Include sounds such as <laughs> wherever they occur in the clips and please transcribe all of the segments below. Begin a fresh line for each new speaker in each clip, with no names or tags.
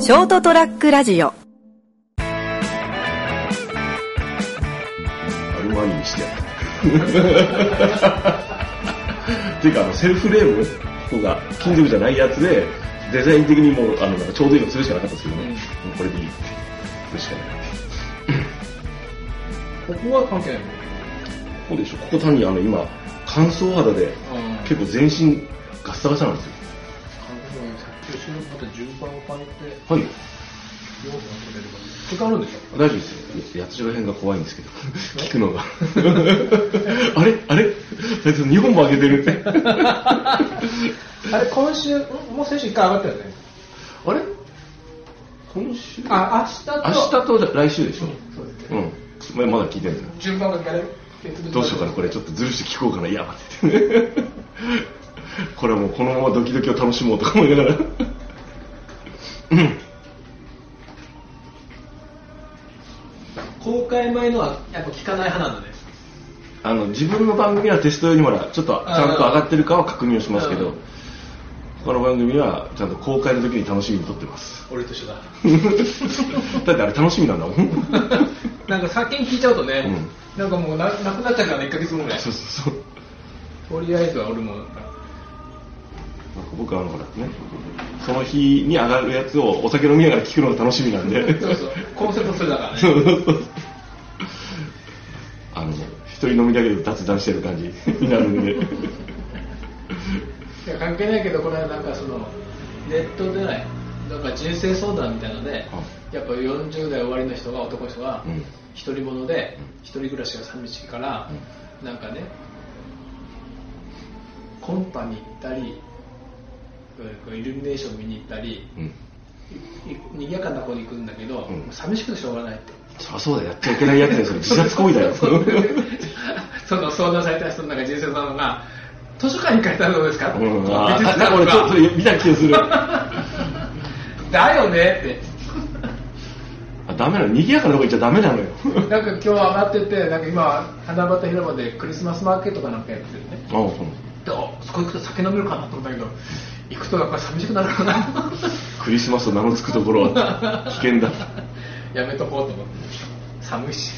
ショートトラックラジオ
アルマミにして <laughs> やった。っていうか、あの、セルフレームの方が、Kindle じゃないやつで、デザイン的にもう、あの、なんかちょうどいいのするしかなかったんですけどね。もうこれでいいって。これしかない。
ここは関係ないの
こうでしょ、ここ単にあの、今、乾燥肌で、
あ
結構全身ガッサガサなんですよ。
韓国の作中のまた順番を変えて、
はい。
両方が取れればいい。時間あるんでし
大
ょ
丈夫ですよ。八代編が怖いんですけど、 <laughs> 聞くのが。あれあれあいつ2本も上げてる <laughs> って。
あれ、今週、んもう先週一回上がったよね。
あれ今週
あ、明日と。
明日と来週でしょ
そうですね。
うん。まあまだ聞いてないな
順番が誰
どうしようかな、これちょっとずるして聞こうかな、いや、待ってて。これはもうこのままドキドキを楽しもうとか思いながら。うん。
公開前のはやっぱ聞かない派なんだね。
あの、自分の番組はテスト用にまだちょっとちゃんと上がってるかは確認をしますけ
う
ど
ん、
この番組はちゃんと公開の時に楽しみに撮ってます。 <laughs>
俺と一 <laughs> 緒だ。
だってあれ楽しみなんだもん。
なんか先に聞いちゃうとね、なんかもうななくなっちゃうからね、1ヶ月後ぐらい
そ。うそうそう。
とりあえずは俺もなんか、
なんか僕はあのほらね、その日に上がるやつをお酒飲みながら聞くのが楽しみなんで。
そうそう、コンセプトそれだからね。
そうそうそうあの、一人飲みだけで脱談してる感じになるんで。
いや関係ないけどこれはなんかそのネットでないなんか人生相談みたいなので、やっぱ40代終わりの人が男の人が
うん
独り者で一人暮らしが寂しいから、なんかねコンパに行ったりうんイルミネーション見に行ったり
うん。
いい賑やかな子に行くんだけど、
うん
寂しくてしょうがないって
そりゃそうだよ、やっちゃいけないやつだよ、それ自殺行為だよ。
そう <laughs> その相談された人の中で人生相談が図書館に行かれたらどうですか、
うん、あ
美
ー
術
なんか
館と
俺ちょっ
か
と見た気がする。あ
<laughs> だよねって。
ダメなの、賑やかなとこ行っちゃダメなのよ。
なんか今日上がってて、なんか今、花畑広場でクリスマスマーケットかなんかやってるね。
あ
で、あそこ行くと酒飲めるかなと思ったけど、行くとやっぱ寂しくなる
<laughs>
かな。
クリスマスの名の付くところは危険 <laughs> だ。
やめとこうと思って。寒いし。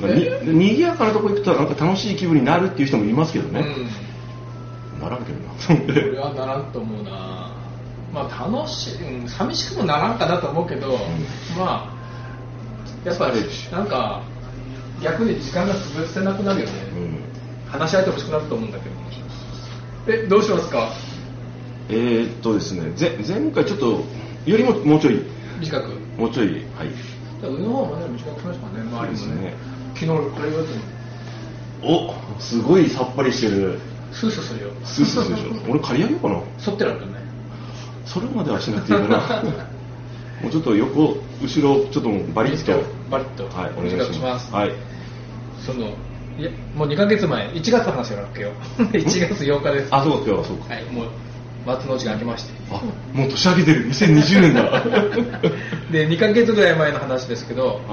まあに賑やかなとこ行くとなんか楽しい気分になるっていう人もいますけど
う
ね。
ん。
ならんけどな、と思って
俺はならんと思うな。まあ楽しい、うん、寂しくもならんかなと思うけど、まあ、やっぱりなんか、逆に時間が潰せなくなるよね。
うん
話し合えてほしくなると思うんだけど。え、どうしますか
えー、っとですね、ぜ前回ちょっと、よりももうちょい、
短く。
もうちょい、はい。
だから上の方もね、短くしましたね、周りもね。昨日俺これ言われても、
おすごいさっぱりしてる。
スースーするよ。
スースーするでし
<laughs>
ょ。俺借り上げようかな。
反ってられたね。
それまではしなくていいか
<laughs>
な。もうちょっと横、後ろ、ちょっともうバリ
<laughs>
ッと。
バリッと。
はい、お願いしま
短く
す。
します。
はい。
その、いや、もう2ヶ月前、1月の話があるわ
<laughs>
けよ。1月8日です。
あ、そうか、今日はそうか。
はい、もう、松の内が明けまして。 <laughs>
あ、もう年明けてる。2020年だ。は
で、2ヶ月ぐらい前の話ですけど、
い。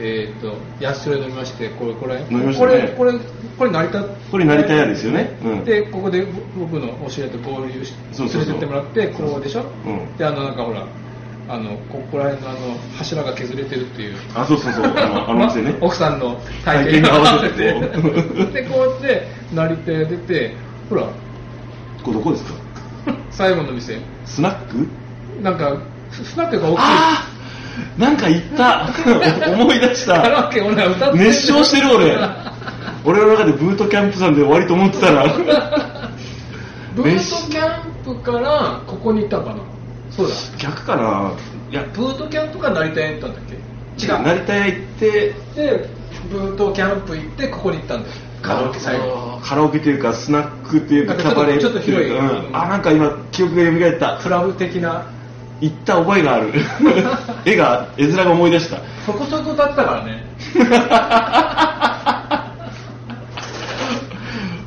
えーっと、安代飲みまして、これ、これ、
みまし
こ
たね
れ、これ、これ成田。
これ成田屋ですよねうん
で、ここで僕のお知り合いと合流し
そうそうそう
連れてってもらって、こうでしょ
うん
で、あの、なんかほら、あの、ここら辺のあの、柱が削れてるっていう。
あ、そうそうそう。あの、あの店ね。
<laughs> 奥さんの体験に合わせて
体験に合わせて
でこうやって成田屋出てほら
これどこですか
最後の店
スナック
なんかススナックが大きい
ああなんか言った
<laughs>
思い出し
カ
た
ラオケ俺ら歌ってる
熱唱してる俺俺の中でブートキャンプさんで終わりと思ってたら
<laughs> <laughs> ブートキャンプからここに行ったのかなそうだ
逆かないや
ブートキャンプから成田屋に行ったんだっけ違う
成田屋行って
でブートキャンプ行ってここに行ったんだよカラオケ最後
あーカラオケというかスナックというか
なん
キャ
かちょっと
バレー
ちょっと広い
てうかうんあなんか今記憶が蘇った
クラブ的な
行った覚えがあ
<laughs>
る絵が絵面が思い出した
そこそこだったか
<laughs>
らね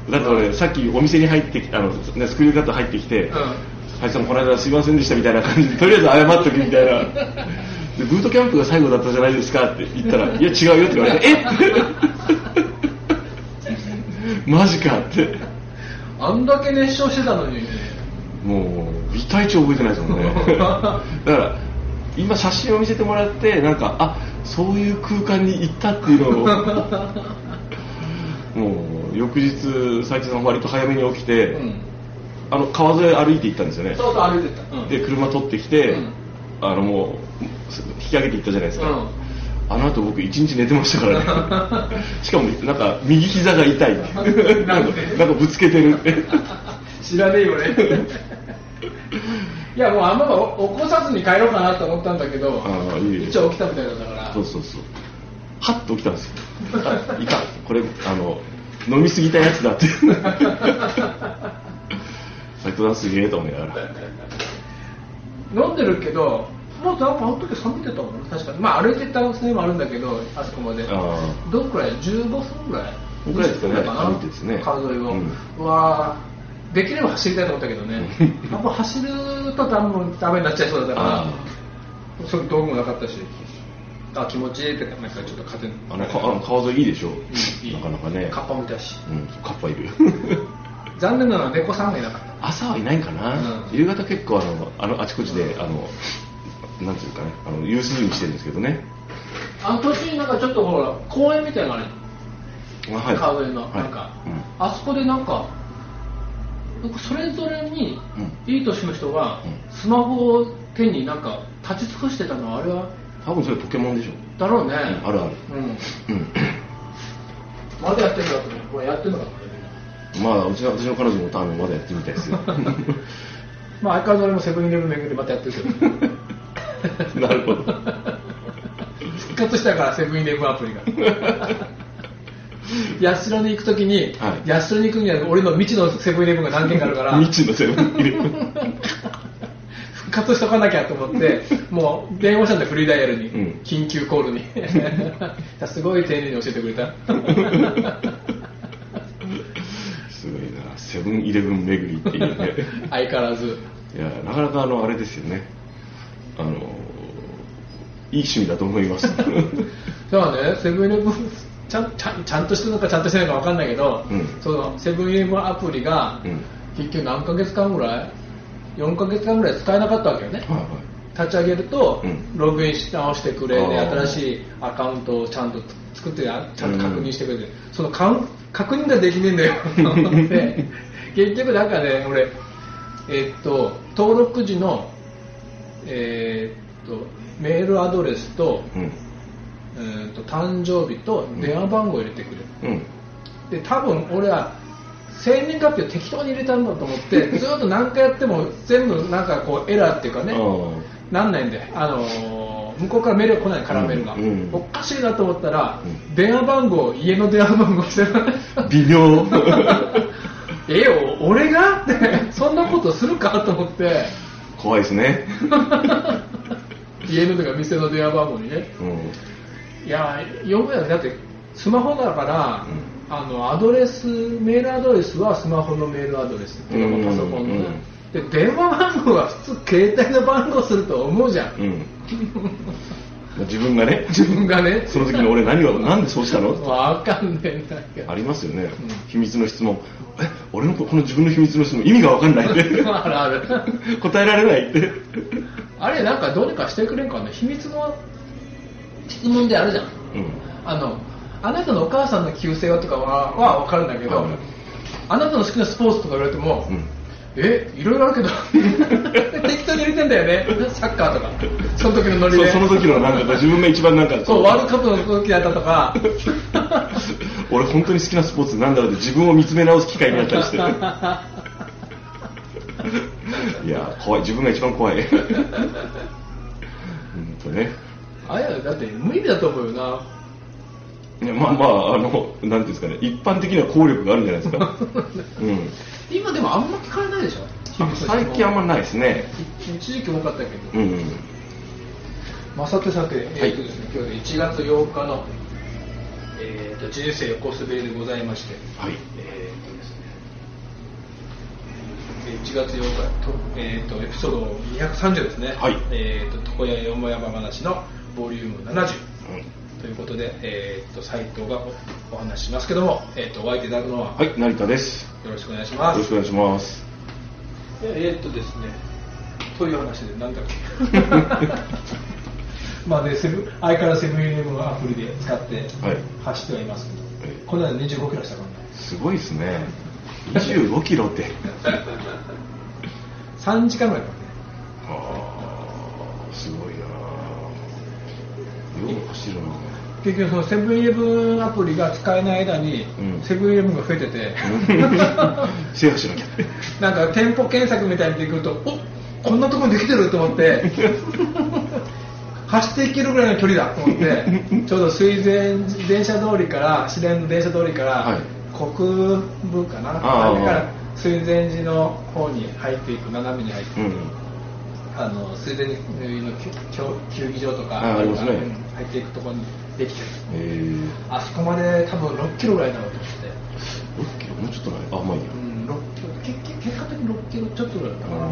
だって俺さっきお店に入ってきたあの、ね、スクリューカット入ってきて、
う
はい、そのこの間はすいませんでしたみたいな感じで、とりあえず謝っとけみたいな。で、ブートキャンプが最後だったじゃないですかって言ったら、いや違うよって言われて、えってマジかって。
んあんだけ熱唱してたのにね
もう、微体値覚えてないですもんねだから今写真を見せてもらってなんかあそういう空間に行ったっていうのをもう翌日斉藤さん割と早めに起きて、
うん
あの川沿い歩いて行ったんですよね
そうそう歩いてった、うん
で車取ってきて、
うん
あのもうす引き上げていったじゃないですか、
うん
あの後僕一日寝てましたから
<laughs>
ねしかもなんか右膝が痛い <laughs> なんかなんかぶつけてるって <laughs>
知らねえよね <laughs> いやもうあんまお起こさずに帰ろうかなと思ったんだけど
ああいいえ
一応起きたみたいだったから
そうそうそうはっと起きたんですよあいかんこれあの飲みすぎたやつだって <laughs> 斉藤さんすげえと思いながら
飲んでるけどまあやっぱあの時寒いてたもんね確かにまあ歩いてったせいもあるんだけどあそこまで
ああ
どんくらい15分ぐらい
ぐらいですかね
20分な
歩いてですね
川沿いを、
うん
うわーできれば走りたいと思ったけどね <laughs> やっぱ走ると多分ダメになっちゃいそうだか
あ
らそういう道具もなかったしあ気持ちいいってなんかちょっと風に
あのかあの川沿いいいでしょ、
いい
なかなかね
カッパもいたし
うん、カッパいる
残念なのは猫さんがいなかった
朝はいないかな、
うん
夕方結構あのあのあちこちで、あのなんていうかねあの夕涼みしてるんですけどね
あの途中になんかちょっとほら公園みたいなのがある
あはい
川沿いの、
はい
なんか、あそこでなんか、なんかそれぞれに
う
いい年の人が
う
スマホを手になんか立ち尽くしてたのはあれは
うん、多分それポケモンでしょ、
だろうね、
うんあるある
うん
うん
まだやってんだと思うこれやってんのかと思って
まあうちの私の彼女も多分まだやってみたいです
<laughs>
よ
まあ相変わらず俺もセブンイレブン巡りまたやってるけ <laughs> ど
なるほど
復活したからセブンイレブン
<laughs>
アプリが八代に行くときに、
はい
八代に行くには俺の未知のセブンイレブンが何軒かあるから
未知のセブンイレブン
復活しとかなきゃと思
<laughs>
って、もう電話したんだ、フリーダイヤルに、
うん
緊急コールに。
<laughs>
すごい丁寧に教えてくれた。
すごいなセブンイレブン巡りっていうね
相変わらず。
いやなかなかあのあれですよねあのいい趣味だと思います
<laughs> だからね、セブンイレブン、ちゃんちゃんちゃんとしてるのかちゃんとしてないか分かんないけど、
うん
そのセブンイレブンアプリが、
うん
結局何ヶ月間ぐらい ?4 ヶ月間ぐらい使えなかったわけよね。
はいはい
立ち上げると、
うん
ログインし直してくれて、
あー
新しいアカウントをちゃんと作ってあちゃんと確
うん
認してくれて、そのかん確認ができねえんだよ
<laughs>
と思って結局なんかね俺えっと登録時のえっとメールアドレスと,、
うん
えーっと誕生日と電話番号を入れてくれ、
うん
で多分俺は生年月日を適当に入れたんだと思
<laughs>
ってずっと何回やっても全部なんかこうエラーっていうかね、
あ
なんないんで、あのー向こうからメールが来ない、カラーメールが、
うんうん
おかしいなと思ったら、
うん
電話番号、家の電話番号してる
<laughs> あ微妙
えよ、俺がって、そんなことするかと思
<laughs>
って、
怖いですね、
家のとか店の電話番号にね、
うん、
いや、読むやつだって、スマホだから、
う
あのアドレス、メールアドレスはスマホのメールアドレスっていうか、パソコンのね、で、電話番号は普通、携帯の番号すると思うじゃん、
うん、
<laughs>
自分がね
自分がね。
その時の俺何をなんでそうしたの
わかんねえんだけど。
ありますよね、
ん
秘密の質問え俺のここの自分の秘密の質問意味が分かん
<laughs>
ないっ
あるある。
て答えられないって
あれ、なんかどうにかしてくれんかね。秘密の質問であるじゃん。
うん
あの、あなたのお母さんの旧姓はとかははわかるんだけど、
はい
あなたの好きなスポーツとか言われても、
うん
え、いろいろあるけど、適 <laughs> 当に入れてんだよね。サッカーとか。その時のノリ
そ
で。
その時のなんか自分が一番なんか
そう、ワールドカップの時だったとか。 <laughs>
俺本当に好きなスポーツなんだろうって自分を見つめ直す機会になったりして
<laughs>
いや怖い自分が一番怖いう
<laughs>
んとね
あれはだって無意味だと思うよな。
いやまあまああのなんていうんですかね一般的には効力があるんじゃないです
<laughs>
か、うん、
今でもあんま聞かれないでしょ
あ最近あんまないですね
一時期多かったけど、
うんうん
まさとさけ、えーとですね、今日で1月8日の、えー、と人生横滑りでございまして、
はい
えーとですねえー1月8日と、えー、とエピソード230ですね、
はい
えー、と床屋よもやま話のボリューム
う
70。
ん
ということで、えー、と斉藤がおお話ししますけども、えー、とお相手いただくのは
はい成田です
よろしくお願いし
よ
ま
ろ
す
しく。お願いします
でえーっとですね、という話で、なんだっけ。 <laughs> まあね、セブ相変わらずセブンイレブンのアプリで使って
はい
走ってはいますけど、
ええ
この間25キロしたからね。
すごいですね。25キロって。
3時間ぐらいかかるね。
ああ、すごいなあよく走るな
結局そのセブンイレブンアプリが使えない間に
うん
セブンイレブンが増え
<laughs>
てて、
制覇しなきゃ。
なんか店舗検索みたいにできるとおこんなとこにできてると思って
<laughs>
走っていけるぐらいの距離だと思ってちょうど水前電車通りから市電の電車通りから、
はい
国分かな
ああ
あれから水前寺の方に入っていく斜めに入っていく
うん。
あの水前寺のきょ球技場とか
あありますね
うん入っていくところにできてる
えー、
あそこまで多分6キロぐらいだろうと思って。
6キロもうちょっとない。あ、まあいいや
う。ん6キロ結結果的に6キロちょっとぐらいだったかな、
う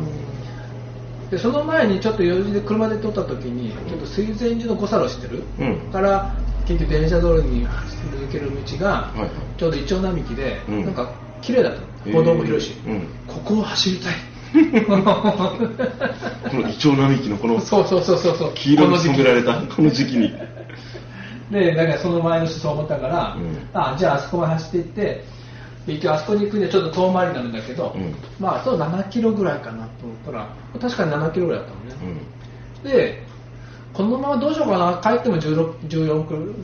でその前にちょっと用事で車で通った時にちょっと水前寺の五差路知ってる、
ん。
から結局電車通りに走り抜ける道が、
はいはい
ちょうどイチョウ並木で、
うん
なんか綺麗だった
え
の
ー
歩道も広いし、
うん
ここを走りたい <laughs>
このイチョウ並木のこの
そうそうそうそうそう
黄色に染められた
この時期
この時期に。
でだからその前の人そう思ったから、
うん
あじゃああそこまで走っていってで一応あそこに行くにはちょっと遠回りになるんだけど、
うん
まああと7キロぐらいかなと思ったら確かに7キロぐらいだったもんね、
うん。
でこのままどうしようかな帰っても16 14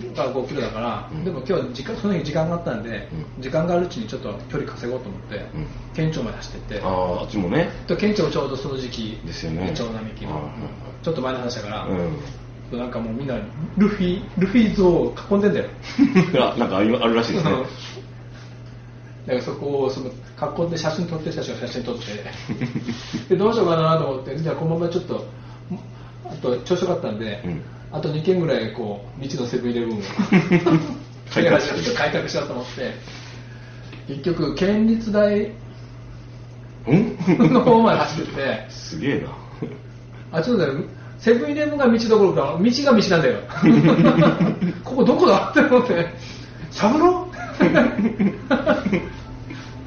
キロから5キロだから、
うん
でも今日時間その日時間があったんで、
う
時間があるうちにちょっと距離稼ごうと思って、
うん
県庁まで走ってって
ああ、あっちもね。
で県庁ちょうどその時期
ですよね
イチョウ並木の、
はいはいはい
ちょっと前の話だから、
<laughs> うん。
なんかもうみんなルフィルフィ像を囲んでんだよ
あ、なんかありあるらしいですね。
<laughs> だからそこをその囲んで写真撮ってる人たちが写真撮ってでどうしようかなと思ってじゃあこのままちょっとあと調子よかったんで、
うん
あと2軒ぐらいこう未知のセブンイレブンを
<laughs> 開拓
し
して
よう <laughs> 開拓しようと思って結局県立大
うん
の方まで走ってて
すげえな。
あちょっとねセブンイレブンが道どころか道が道なんだよ
<laughs>
ここどこだって思ってサブロー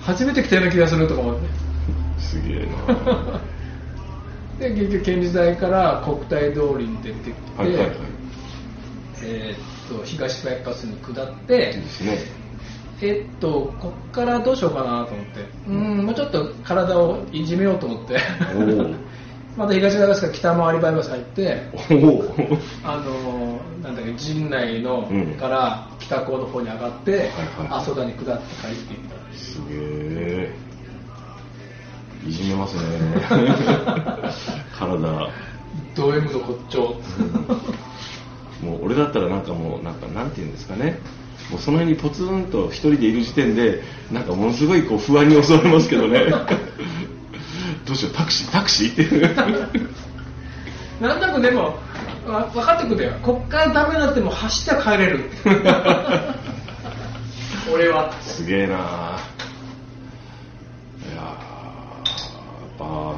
初めて来たような気がするとか思って
<laughs> すげえな。
で結局県立大から国体通りに出てきて、
はいはいはい。
えーっと東バイパスに下って
いいですね。
えーっとこっからどうしようかなと思ってうんもうちょっと体をいじめようと思って
おー
<laughs> また東長洲から北回りバイパス入って
おお。
あのーなんだっけ陣内の、
うん
から北高の方に上がって
はいはい
阿蘇、谷下って帰っていったんです
すげえ。いじめます
<laughs>
ね。体。
ド M の骨頂、
もう俺だったらなんかもうなんかなんて言うんですかねもうその辺にポツンと一人でいる時点でなんかものすごいこう不安に襲われますけどねどうしようタクシータクシーっていう
なんとなくでもわ分かってくんだよこっからダメになっても走っては帰れ <laughs> る俺は
すげえなあいやあやっぱ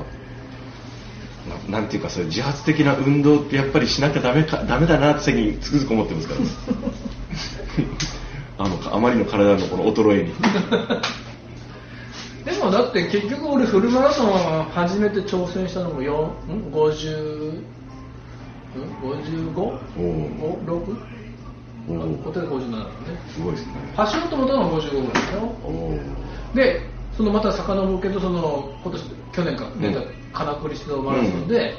ななんていうかそういう自発的な運動ってやっぱりしなきゃダメかダメだなって最近つくづく思ってますからあのあまりの体のこの衰えに
でもだって結局俺フルマラソン初めて挑戦したのも4ん50ん
おお
55?6?
お
ホ
お
テル57だもんね
すごいですね
走ろうと思ったのは55ぐらいだよ
おお
でそのまた遡るけどその今年去年か
ん
出た金栗市道マラソンで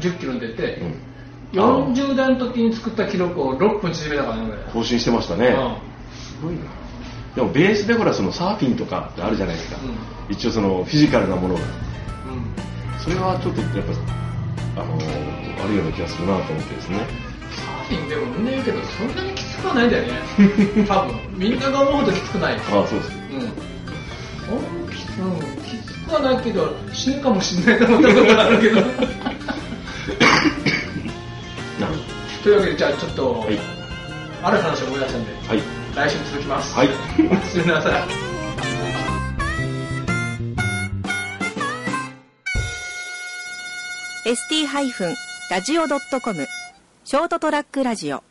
10キロに出て、
うん
40代の時に作った記録を6分縮めたからね
更新してました
俺
ね、すごいなでもベースでほらそのサーフィンとかってあるじゃないですか、一応そのフィジカルなものが
うんうん
それはちょっとやっぱあのーあるような気がするなと思ってですね
サーフィンでもみんな言うけどそんなにきつくはないんだよ
<laughs>
ね多分みんなが思うほどきつくない
ああそうです
うんうんきつうんきつくはないけど死ぬかもしれないと思ったことがあるけ
<laughs>
ど
なるほ
というわけでじゃあちょっと、
どはい
ある話を思い出したんで
はい
来週に続きます <laughs>
はい
すみません
ST-radio.com ショートトラックラジオ